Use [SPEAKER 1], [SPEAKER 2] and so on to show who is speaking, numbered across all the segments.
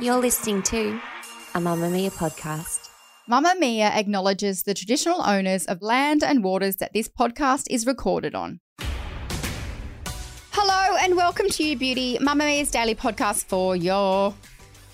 [SPEAKER 1] You're listening to a Mamma Mia podcast.
[SPEAKER 2] Mamma Mia acknowledges the traditional owners of land and waters that this podcast is recorded on. Hello and welcome to You Beauty, Mamma Mia's daily podcast for your.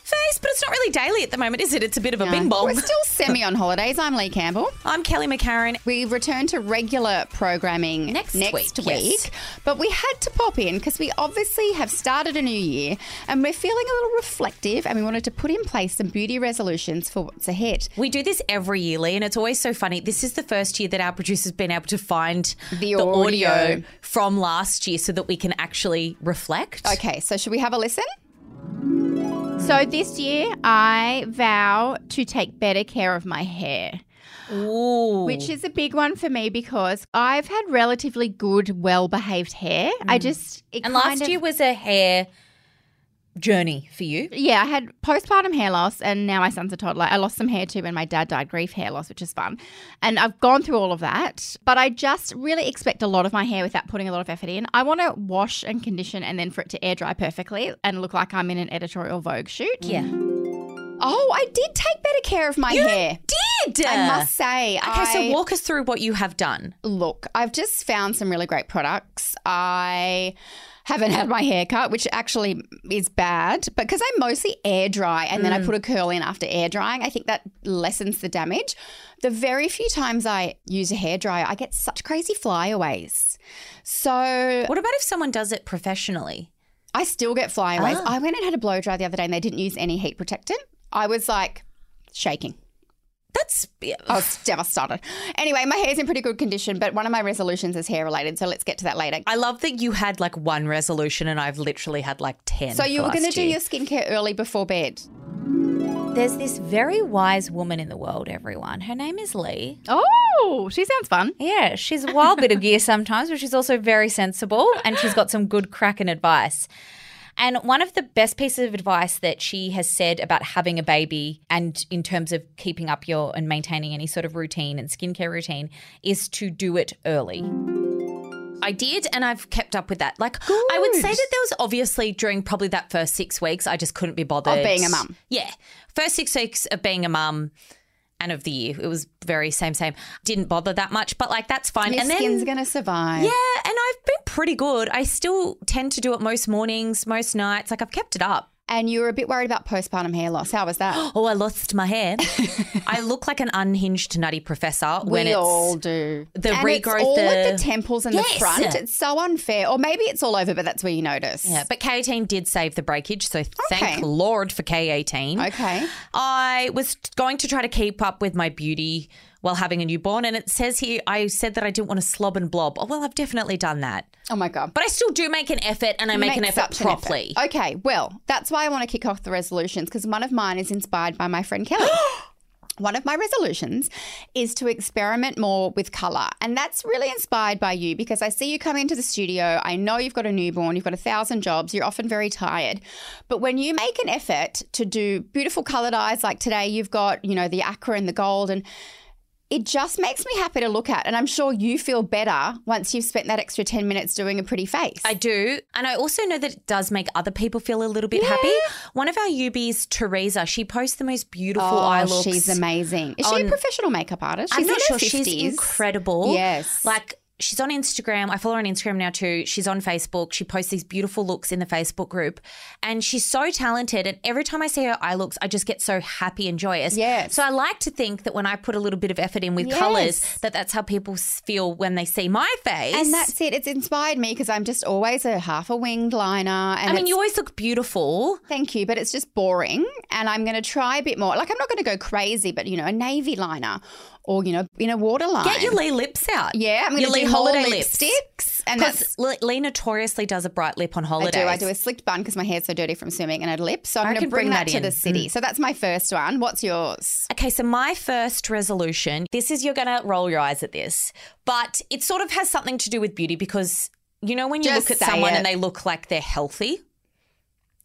[SPEAKER 3] face, but it's not really daily at the moment, is it? It's a bit of a
[SPEAKER 2] No,
[SPEAKER 3] bing
[SPEAKER 2] uh, We're
[SPEAKER 3] bong.
[SPEAKER 2] still semi on holidays. I'm Lee Campbell.
[SPEAKER 3] I'm Kelly McCarran.
[SPEAKER 2] We return to regular programming
[SPEAKER 3] Next
[SPEAKER 2] next
[SPEAKER 3] week, yes.
[SPEAKER 2] week, but we had to pop in because we obviously have started a new year and we're feeling a little reflective and we wanted to put in place some beauty resolutions for what's ahead.
[SPEAKER 3] We do this every year, Lee, and it's always so funny. This is the first year that our producer's been able to find
[SPEAKER 2] The audio.
[SPEAKER 3] from last year so that we can actually reflect.
[SPEAKER 2] Okay, so should we have a listen?
[SPEAKER 4] So this year, I vow to take better care of my hair,
[SPEAKER 3] Ooh.
[SPEAKER 4] which is a big one for me because I've had relatively good, well behaved hair. I just. It
[SPEAKER 3] Mm.
[SPEAKER 4] kind
[SPEAKER 3] and last
[SPEAKER 4] of-
[SPEAKER 3] year was a hair journey for you.
[SPEAKER 4] Yeah, I had postpartum hair loss, and now my son's a toddler. I lost some hair too when my dad died, grief hair loss, which is fun. And I've gone through all of that, but I just really expect a lot of my hair without putting a lot of effort in. I want to wash and condition and then for it to air dry perfectly and look like I'm in an editorial Vogue shoot.
[SPEAKER 3] Yeah.
[SPEAKER 2] Oh, I did take better care of my hair.
[SPEAKER 3] Did
[SPEAKER 2] I must say,
[SPEAKER 3] Okay,
[SPEAKER 2] I,
[SPEAKER 3] so walk us through what you have done.
[SPEAKER 2] look, I've just found some really great products. I haven't had my hair cut, which actually is bad because I mostly air dry and then I
[SPEAKER 3] Mm.
[SPEAKER 2] put a curl in after air drying. I think that lessens the damage. The very few times I use a hair dryer, I get such crazy flyaways. So
[SPEAKER 3] What about if someone does it professionally?
[SPEAKER 2] I still get flyaways.
[SPEAKER 3] Ah.
[SPEAKER 2] I went and had a blow dry the other day and they didn't use any heat protectant. I was like shaking.
[SPEAKER 3] That's
[SPEAKER 2] I was devastated. Anyway, my hair's in pretty good condition, but one of my resolutions is hair related, so let's get to that later.
[SPEAKER 3] I love that you had like one resolution and I've literally had like 10.
[SPEAKER 2] So you were
[SPEAKER 3] for
[SPEAKER 2] going to
[SPEAKER 3] last
[SPEAKER 2] do
[SPEAKER 3] year.
[SPEAKER 2] your skincare early before bed.
[SPEAKER 5] There's this very wise woman in the world, everyone. Her name is Lee.
[SPEAKER 4] Oh, she sounds fun.
[SPEAKER 5] Yeah, she's a wild bit of gear sometimes, but she's also very sensible and she's got some good cracking advice. And one of the best pieces of advice that she has said about having a baby and in terms of keeping up your and maintaining any sort of routine and skincare routine is to do it early.
[SPEAKER 3] I did, and I've kept up with that. Like, I would say that there was obviously during probably that first six weeks, I just couldn't be bothered.
[SPEAKER 2] Of being a mum.
[SPEAKER 3] Yeah. First six weeks of being a mum and of the year. It was very same, same. Didn't bother that much, but like, that's fine.
[SPEAKER 2] Your
[SPEAKER 3] and
[SPEAKER 2] skin's
[SPEAKER 3] then.
[SPEAKER 2] going to survive.
[SPEAKER 3] Yeah, and I've been pretty good. I still tend to do it most mornings, most nights. Like I've kept it up.
[SPEAKER 2] And you were a bit worried about postpartum hair loss. How was that?
[SPEAKER 3] Oh, I lost my hair. I look like an unhinged nutty professor when
[SPEAKER 2] we
[SPEAKER 3] it's
[SPEAKER 2] all do.
[SPEAKER 3] the
[SPEAKER 2] and it's
[SPEAKER 3] regrowth,
[SPEAKER 2] all at the
[SPEAKER 3] the-
[SPEAKER 2] temples and the
[SPEAKER 3] Yes.
[SPEAKER 2] front. It's so unfair. Or maybe it's all over, but that's where you notice.
[SPEAKER 3] Yeah, but K18 did save the breakage, so
[SPEAKER 2] Okay.
[SPEAKER 3] thank Lord for K18.
[SPEAKER 2] Okay.
[SPEAKER 3] I was going to try to keep up with my beauty while having a newborn, and it says here I said that I didn't want to slob and blob. Oh, well, I've definitely done that,
[SPEAKER 2] Oh my god.
[SPEAKER 3] but I still do make an effort, and I make an
[SPEAKER 2] Make
[SPEAKER 3] effort
[SPEAKER 2] such an effort.
[SPEAKER 3] properly.
[SPEAKER 2] Okay, well, that's why I want to kick off the resolutions because one of mine is inspired by my friend Kelly. One of my resolutions is to experiment more with color. And that's really inspired by you because I see you come into the studio. I know you've got a newborn, you've got a thousand jobs, you're often very tired. But when you make an effort to do beautiful colored eyes, like today, you've got, you know, the aqua and the gold, and it just makes me happy to look at. And I'm sure you feel better once you've spent that extra 10 minutes doing a pretty face.
[SPEAKER 3] I do. And I also know that it does make other people feel a little bit happy. One of our UBs, Teresa, she posts the most beautiful eye looks.
[SPEAKER 2] Oh, She's amazing. Is she a professional makeup artist? She's
[SPEAKER 3] I'm not
[SPEAKER 2] in her
[SPEAKER 3] sure.
[SPEAKER 2] 50s.
[SPEAKER 3] She's incredible.
[SPEAKER 2] Yes.
[SPEAKER 3] Like she's on Instagram. I follow her on Instagram now too. She's on Facebook. She posts these beautiful looks in the Facebook group. And she's so talented. And every time I see her eye looks, I just get so happy and joyous.
[SPEAKER 2] Yes.
[SPEAKER 3] So I like to think that when I put a little bit of effort in with
[SPEAKER 2] Yes.
[SPEAKER 3] colours, that that's how people s- feel when they see my face.
[SPEAKER 2] And that's it. It's inspired me because I'm just always a half a winged liner. And
[SPEAKER 3] I mean,
[SPEAKER 2] it's-
[SPEAKER 3] you always look beautiful.
[SPEAKER 2] Thank you, but it's just boring. And I'm going to try a bit more. Like, I'm not going to go crazy, but, you know, a navy liner or, you know, in a waterline.
[SPEAKER 3] Get your Lee lips out.
[SPEAKER 2] Yeah, I'm going to
[SPEAKER 3] Your Lee
[SPEAKER 2] do holiday
[SPEAKER 3] holiday lips.
[SPEAKER 2] lipsticks. And that's
[SPEAKER 3] Because Lee, Lee notoriously does a bright lip on
[SPEAKER 2] I
[SPEAKER 3] holidays.
[SPEAKER 2] do. I do a slicked bun because my hair's so dirty from swimming and a lip. So I'm
[SPEAKER 3] I
[SPEAKER 2] going to
[SPEAKER 3] can
[SPEAKER 2] bring,
[SPEAKER 3] bring
[SPEAKER 2] that,
[SPEAKER 3] that
[SPEAKER 2] to the
[SPEAKER 3] in. Mm.
[SPEAKER 2] city. So that's my first one. What's yours?
[SPEAKER 3] Okay, so my first resolution this is you're going to roll your eyes at this, but it sort of has something to do with beauty because you know when you
[SPEAKER 2] Just
[SPEAKER 3] look
[SPEAKER 2] say
[SPEAKER 3] at someone
[SPEAKER 2] it.
[SPEAKER 3] and they look like they're healthy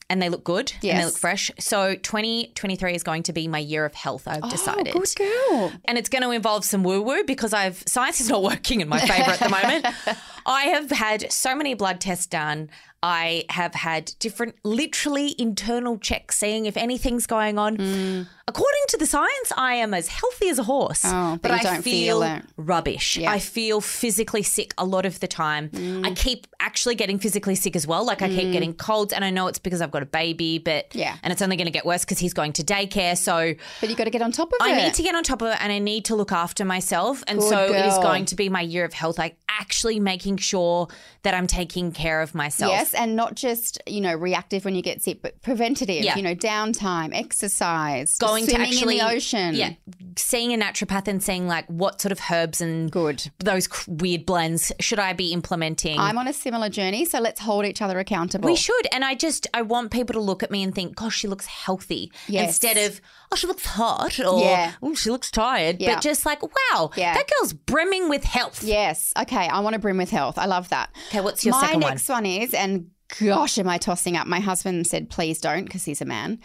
[SPEAKER 3] and they look good and
[SPEAKER 2] Yes.
[SPEAKER 3] they look fresh. So 2023 is going to be my year of health,
[SPEAKER 2] Oh,
[SPEAKER 3] I've decided.
[SPEAKER 2] girl.
[SPEAKER 3] and it's going to involve some woo woo because I've science is not working in my favor at the moment. I have had so many blood tests done. I have had different, literally internal checks, seeing if anything's going on.
[SPEAKER 2] Mm.
[SPEAKER 3] According to the science, I am as healthy as a horse,
[SPEAKER 2] Oh, but you
[SPEAKER 3] I
[SPEAKER 2] don't feel it.
[SPEAKER 3] rubbish. I feel physically sick a lot of the time.
[SPEAKER 2] Mm.
[SPEAKER 3] I keep actually getting physically sick as well. Like I keep getting colds, and I know it's because I've got a baby, but
[SPEAKER 2] Yeah.
[SPEAKER 3] and it's only going to get worse because he's going to daycare. So
[SPEAKER 2] But you got to get on top of it.
[SPEAKER 3] I need to get on top of it and I need to look after myself. And
[SPEAKER 2] Good
[SPEAKER 3] so it is
[SPEAKER 2] girl.
[SPEAKER 3] going to be my year of health, like actually making sure that I'm taking care of myself.
[SPEAKER 2] Yes, and not just you know reactive when you get sick, but preventative.
[SPEAKER 3] Yeah.
[SPEAKER 2] You know, downtime, exercise,
[SPEAKER 3] Going to
[SPEAKER 2] swimming
[SPEAKER 3] actually
[SPEAKER 2] in the ocean.
[SPEAKER 3] Yeah. Seeing a naturopath and seeing like what sort of herbs and
[SPEAKER 2] Good.
[SPEAKER 3] those c- weird blends should I be implementing?
[SPEAKER 2] I'm on a similar journey, so let's hold each other accountable.
[SPEAKER 3] we should. And I just, I want people to look at me and think, gosh, she looks healthy.
[SPEAKER 2] Yes.
[SPEAKER 3] Instead of, oh, she looks hot or,
[SPEAKER 2] Yeah.
[SPEAKER 3] oh, she looks tired.
[SPEAKER 2] Yeah.
[SPEAKER 3] But just like, wow,
[SPEAKER 2] Yeah.
[SPEAKER 3] that girl's brimming with health.
[SPEAKER 2] Yes. Okay. I want to brim with health. I love that.
[SPEAKER 3] Okay, what's your
[SPEAKER 2] My
[SPEAKER 3] second one?
[SPEAKER 2] next one is, and gosh, am I tossing up? My husband said, please don't, because he's a man.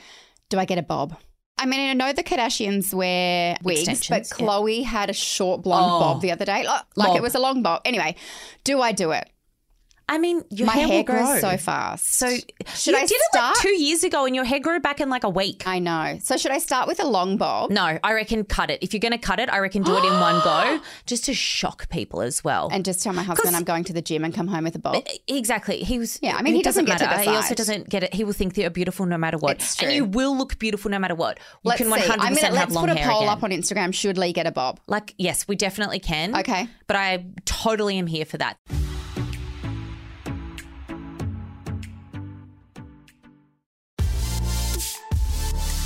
[SPEAKER 2] Do I get a bob? I mean, I know the Kardashians wear wigs, but
[SPEAKER 3] Extensions, yeah.
[SPEAKER 2] Chloe had a short blonde
[SPEAKER 3] Oh.
[SPEAKER 2] bob the other day. Like, like it
[SPEAKER 3] Bob.
[SPEAKER 2] was a long bob. Anyway, do I do it?
[SPEAKER 3] I mean, your
[SPEAKER 2] My
[SPEAKER 3] hair,
[SPEAKER 2] hair,
[SPEAKER 3] will
[SPEAKER 2] grows
[SPEAKER 3] grow.
[SPEAKER 2] so fast.
[SPEAKER 3] So
[SPEAKER 2] should
[SPEAKER 3] you
[SPEAKER 2] I
[SPEAKER 3] did
[SPEAKER 2] start?
[SPEAKER 3] it like two years ago, and your hair grew back in like a week.
[SPEAKER 2] I know. So should I start with a long bob?
[SPEAKER 3] No, I reckon cut it. If you're going to cut it, I reckon do it in one go, just to shock people as well. E-,
[SPEAKER 2] And just tell my husband I'm going to the gym and come home with a bob.
[SPEAKER 3] exactly, he was.
[SPEAKER 2] Yeah, I mean,
[SPEAKER 3] it
[SPEAKER 2] he doesn't get to
[SPEAKER 3] matter.
[SPEAKER 2] decide.
[SPEAKER 3] He also doesn't get it. He will think that you're beautiful no matter what,
[SPEAKER 2] It's
[SPEAKER 3] and
[SPEAKER 2] true.
[SPEAKER 3] you will look beautiful no matter what. You
[SPEAKER 2] Let's
[SPEAKER 3] can
[SPEAKER 2] see.
[SPEAKER 3] 100
[SPEAKER 2] I'm gonna
[SPEAKER 3] percent have
[SPEAKER 2] let's
[SPEAKER 3] long
[SPEAKER 2] put a
[SPEAKER 3] hair
[SPEAKER 2] poll
[SPEAKER 3] again.
[SPEAKER 2] up on Instagram. Should Lee get a bob?
[SPEAKER 3] like, yes, we definitely can.
[SPEAKER 2] Okay.
[SPEAKER 3] but I totally am here for that.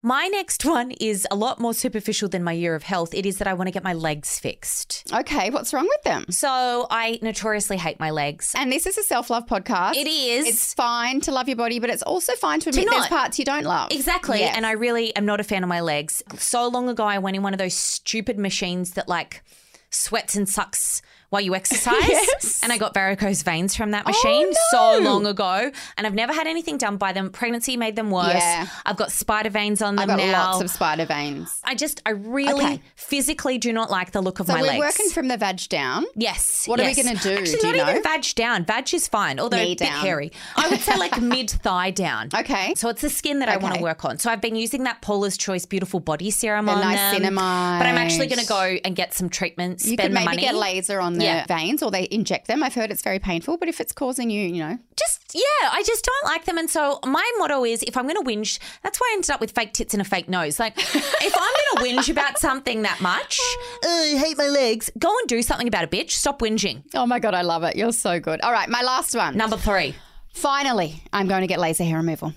[SPEAKER 3] My next one is a lot more superficial than my year of health. It is that I want to get my legs fixed.
[SPEAKER 2] Okay, what's wrong with them?
[SPEAKER 3] So I notoriously hate my legs.
[SPEAKER 2] And this is a self love podcast.
[SPEAKER 3] It is.
[SPEAKER 2] It's fine to love your body, but it's also fine to admit
[SPEAKER 3] not.
[SPEAKER 2] there's parts you don't love.
[SPEAKER 3] Exactly.
[SPEAKER 2] Yes.
[SPEAKER 3] And I really am not a fan of my legs. So long ago, I went in one of those stupid machines that like sweats and sucks while you exercise.
[SPEAKER 2] Yes. Oh,
[SPEAKER 3] And I got varicose veins from that machine so long ago. And I've never had anything done by them. Pregnancy made them worse.
[SPEAKER 2] Yeah.
[SPEAKER 3] I've got spider veins on them
[SPEAKER 2] I've got
[SPEAKER 3] now.
[SPEAKER 2] lots of spider veins.
[SPEAKER 3] I just, I really
[SPEAKER 2] Okay.
[SPEAKER 3] physically do not like the look of
[SPEAKER 2] So
[SPEAKER 3] my
[SPEAKER 2] we're
[SPEAKER 3] legs.
[SPEAKER 2] working from the veg down.
[SPEAKER 3] Yes.
[SPEAKER 2] What are we
[SPEAKER 3] yes.
[SPEAKER 2] gonna do?
[SPEAKER 3] Actually,
[SPEAKER 2] Do
[SPEAKER 3] not
[SPEAKER 2] you know?
[SPEAKER 3] even vag down. Vag is fine, although
[SPEAKER 2] Knee
[SPEAKER 3] a bit
[SPEAKER 2] down.
[SPEAKER 3] hairy. I would say like mid thigh down.
[SPEAKER 2] Okay.
[SPEAKER 3] So it's the skin that I want
[SPEAKER 2] Okay.
[SPEAKER 3] to work on. So I've been using that Paula's Choice Beautiful Body Serum
[SPEAKER 2] The
[SPEAKER 3] on them.
[SPEAKER 2] niacinamide.
[SPEAKER 3] But I'm actually going to go and get some treatments.
[SPEAKER 2] You
[SPEAKER 3] spend
[SPEAKER 2] could
[SPEAKER 3] the
[SPEAKER 2] maybe
[SPEAKER 3] money.
[SPEAKER 2] get laser on the
[SPEAKER 3] Yeah.
[SPEAKER 2] veins or they inject them. I've heard it's very painful, but if it's causing you, you know.
[SPEAKER 3] Just yeah, I just don't like them, and so my motto is: if I'm going to whinge, that's why I ended up with fake tits and a fake nose. Like, if I'm going to whinge about something that much, "Oh, I hate my legs. Go and do something about it, bitch. Stop whinging.
[SPEAKER 2] Oh my God, I love it. You're so good. All right, my last one.
[SPEAKER 3] Number three.
[SPEAKER 2] Finally, I'm going to get laser hair removal.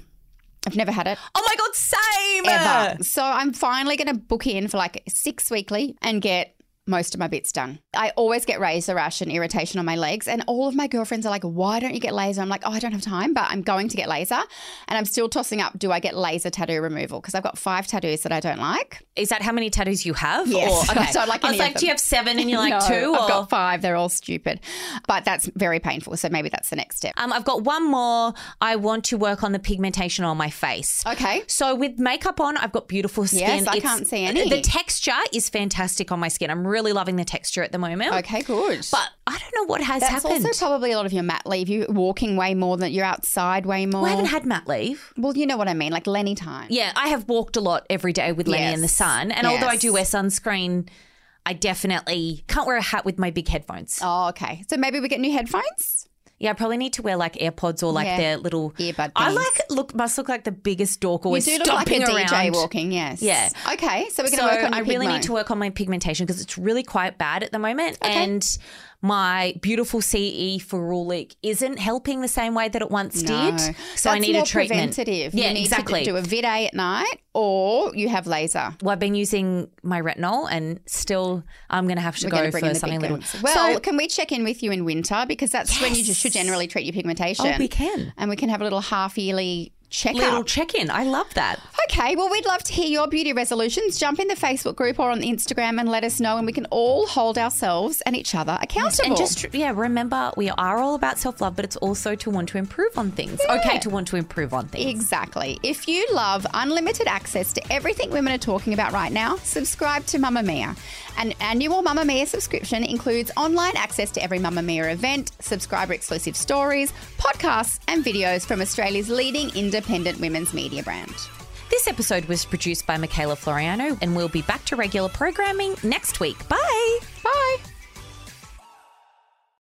[SPEAKER 2] I've never had it.
[SPEAKER 3] Oh my god, same.
[SPEAKER 2] ever. So I'm finally going to book in for like six weekly and get most of my bits done. I always get razor rash and irritation on my legs, and all of my girlfriends are like, "Why don't you get laser?" I'm like, "Oh, I don't have time, but I'm going to get laser." And I'm still tossing up, do I get laser tattoo removal? Because I've got five tattoos that I don't like.
[SPEAKER 3] Is that how many tattoos you have?
[SPEAKER 2] Yes.
[SPEAKER 3] Or,
[SPEAKER 2] I don't like
[SPEAKER 3] I was
[SPEAKER 2] any of
[SPEAKER 3] like, do you
[SPEAKER 2] them.
[SPEAKER 3] have seven and you're like
[SPEAKER 2] No,
[SPEAKER 3] two?
[SPEAKER 2] I've
[SPEAKER 3] or-
[SPEAKER 2] got five. They're all stupid, but that's very painful. So maybe that's the next step.
[SPEAKER 3] um, I've got one more. I want to work on the pigmentation on my face.
[SPEAKER 2] Okay.
[SPEAKER 3] So with makeup on, I've got beautiful skin.
[SPEAKER 2] Yes, I can't see any.
[SPEAKER 3] The texture is fantastic on my skin. I'm really loving the texture at the moment.
[SPEAKER 2] Okay, good.
[SPEAKER 3] But I don't know what has
[SPEAKER 2] that's
[SPEAKER 3] happened.
[SPEAKER 2] also probably a lot of your mat leave. You're walking way more than you're outside way more.
[SPEAKER 3] I haven't had mat leave.
[SPEAKER 2] well, you know what I mean, like Lenny time.
[SPEAKER 3] Yeah, I have walked a lot every day with Lenny in the
[SPEAKER 2] Yes.
[SPEAKER 3] sun. And although I do
[SPEAKER 2] Yes.
[SPEAKER 3] wear sunscreen, I definitely can't wear a hat with my big headphones.
[SPEAKER 2] Oh, okay. So maybe we get new headphones.
[SPEAKER 3] Yeah, I probably need to wear like AirPods or like
[SPEAKER 2] Yeah.
[SPEAKER 3] their little
[SPEAKER 2] Earbud
[SPEAKER 3] I
[SPEAKER 2] things.
[SPEAKER 3] like look must look like the biggest dork always
[SPEAKER 2] you do look like a
[SPEAKER 3] stomping
[SPEAKER 2] DJ
[SPEAKER 3] around.
[SPEAKER 2] walking. Yes.
[SPEAKER 3] Yeah.
[SPEAKER 2] Okay. So we're going to
[SPEAKER 3] so
[SPEAKER 2] work on.
[SPEAKER 3] I
[SPEAKER 2] your
[SPEAKER 3] really need
[SPEAKER 2] pigmo.
[SPEAKER 3] to work on my pigmentation because it's really quite bad at the moment, and my beautiful CE for Rulic isn't helping the same way that it once
[SPEAKER 2] No.
[SPEAKER 3] did. So
[SPEAKER 2] Oh. That's
[SPEAKER 3] I need
[SPEAKER 2] more
[SPEAKER 3] a treatment.
[SPEAKER 2] Preventative.
[SPEAKER 3] Yeah,
[SPEAKER 2] you need
[SPEAKER 3] exactly.
[SPEAKER 2] To do a vid A at night, or you have laser.
[SPEAKER 3] well, I've been using my retinol, and still I'm going to have to
[SPEAKER 2] We're
[SPEAKER 3] go
[SPEAKER 2] going to
[SPEAKER 3] for
[SPEAKER 2] bring in the
[SPEAKER 3] something
[SPEAKER 2] big
[SPEAKER 3] a little.
[SPEAKER 2] guns. Well,
[SPEAKER 3] So-
[SPEAKER 2] can we check in with you in winter because that's when you just should generally treat your pigmentation.
[SPEAKER 3] Oh, we can.
[SPEAKER 2] and we can have a little half yearly checkup.
[SPEAKER 3] little check in. I love that.
[SPEAKER 2] Okay, well, we'd love to hear your beauty resolutions. Jump in the Facebook group or on the Instagram and let us know, and we can all hold ourselves and each other accountable.
[SPEAKER 3] And just yeah, remember we are all about self love, but it's also to want to improve on things. Okay, to want to improve on things.
[SPEAKER 2] Exactly. If you love unlimited access to everything women are talking about right now, subscribe to Mamma Mia. An annual Mamma Mia subscription includes online access to every Mamma Mia event, subscriber exclusive stories, podcasts, and videos from Australia's leading independent women's media brand.
[SPEAKER 3] This episode was produced by Michaela Floriano, and we'll be back to regular programming next week. Bye.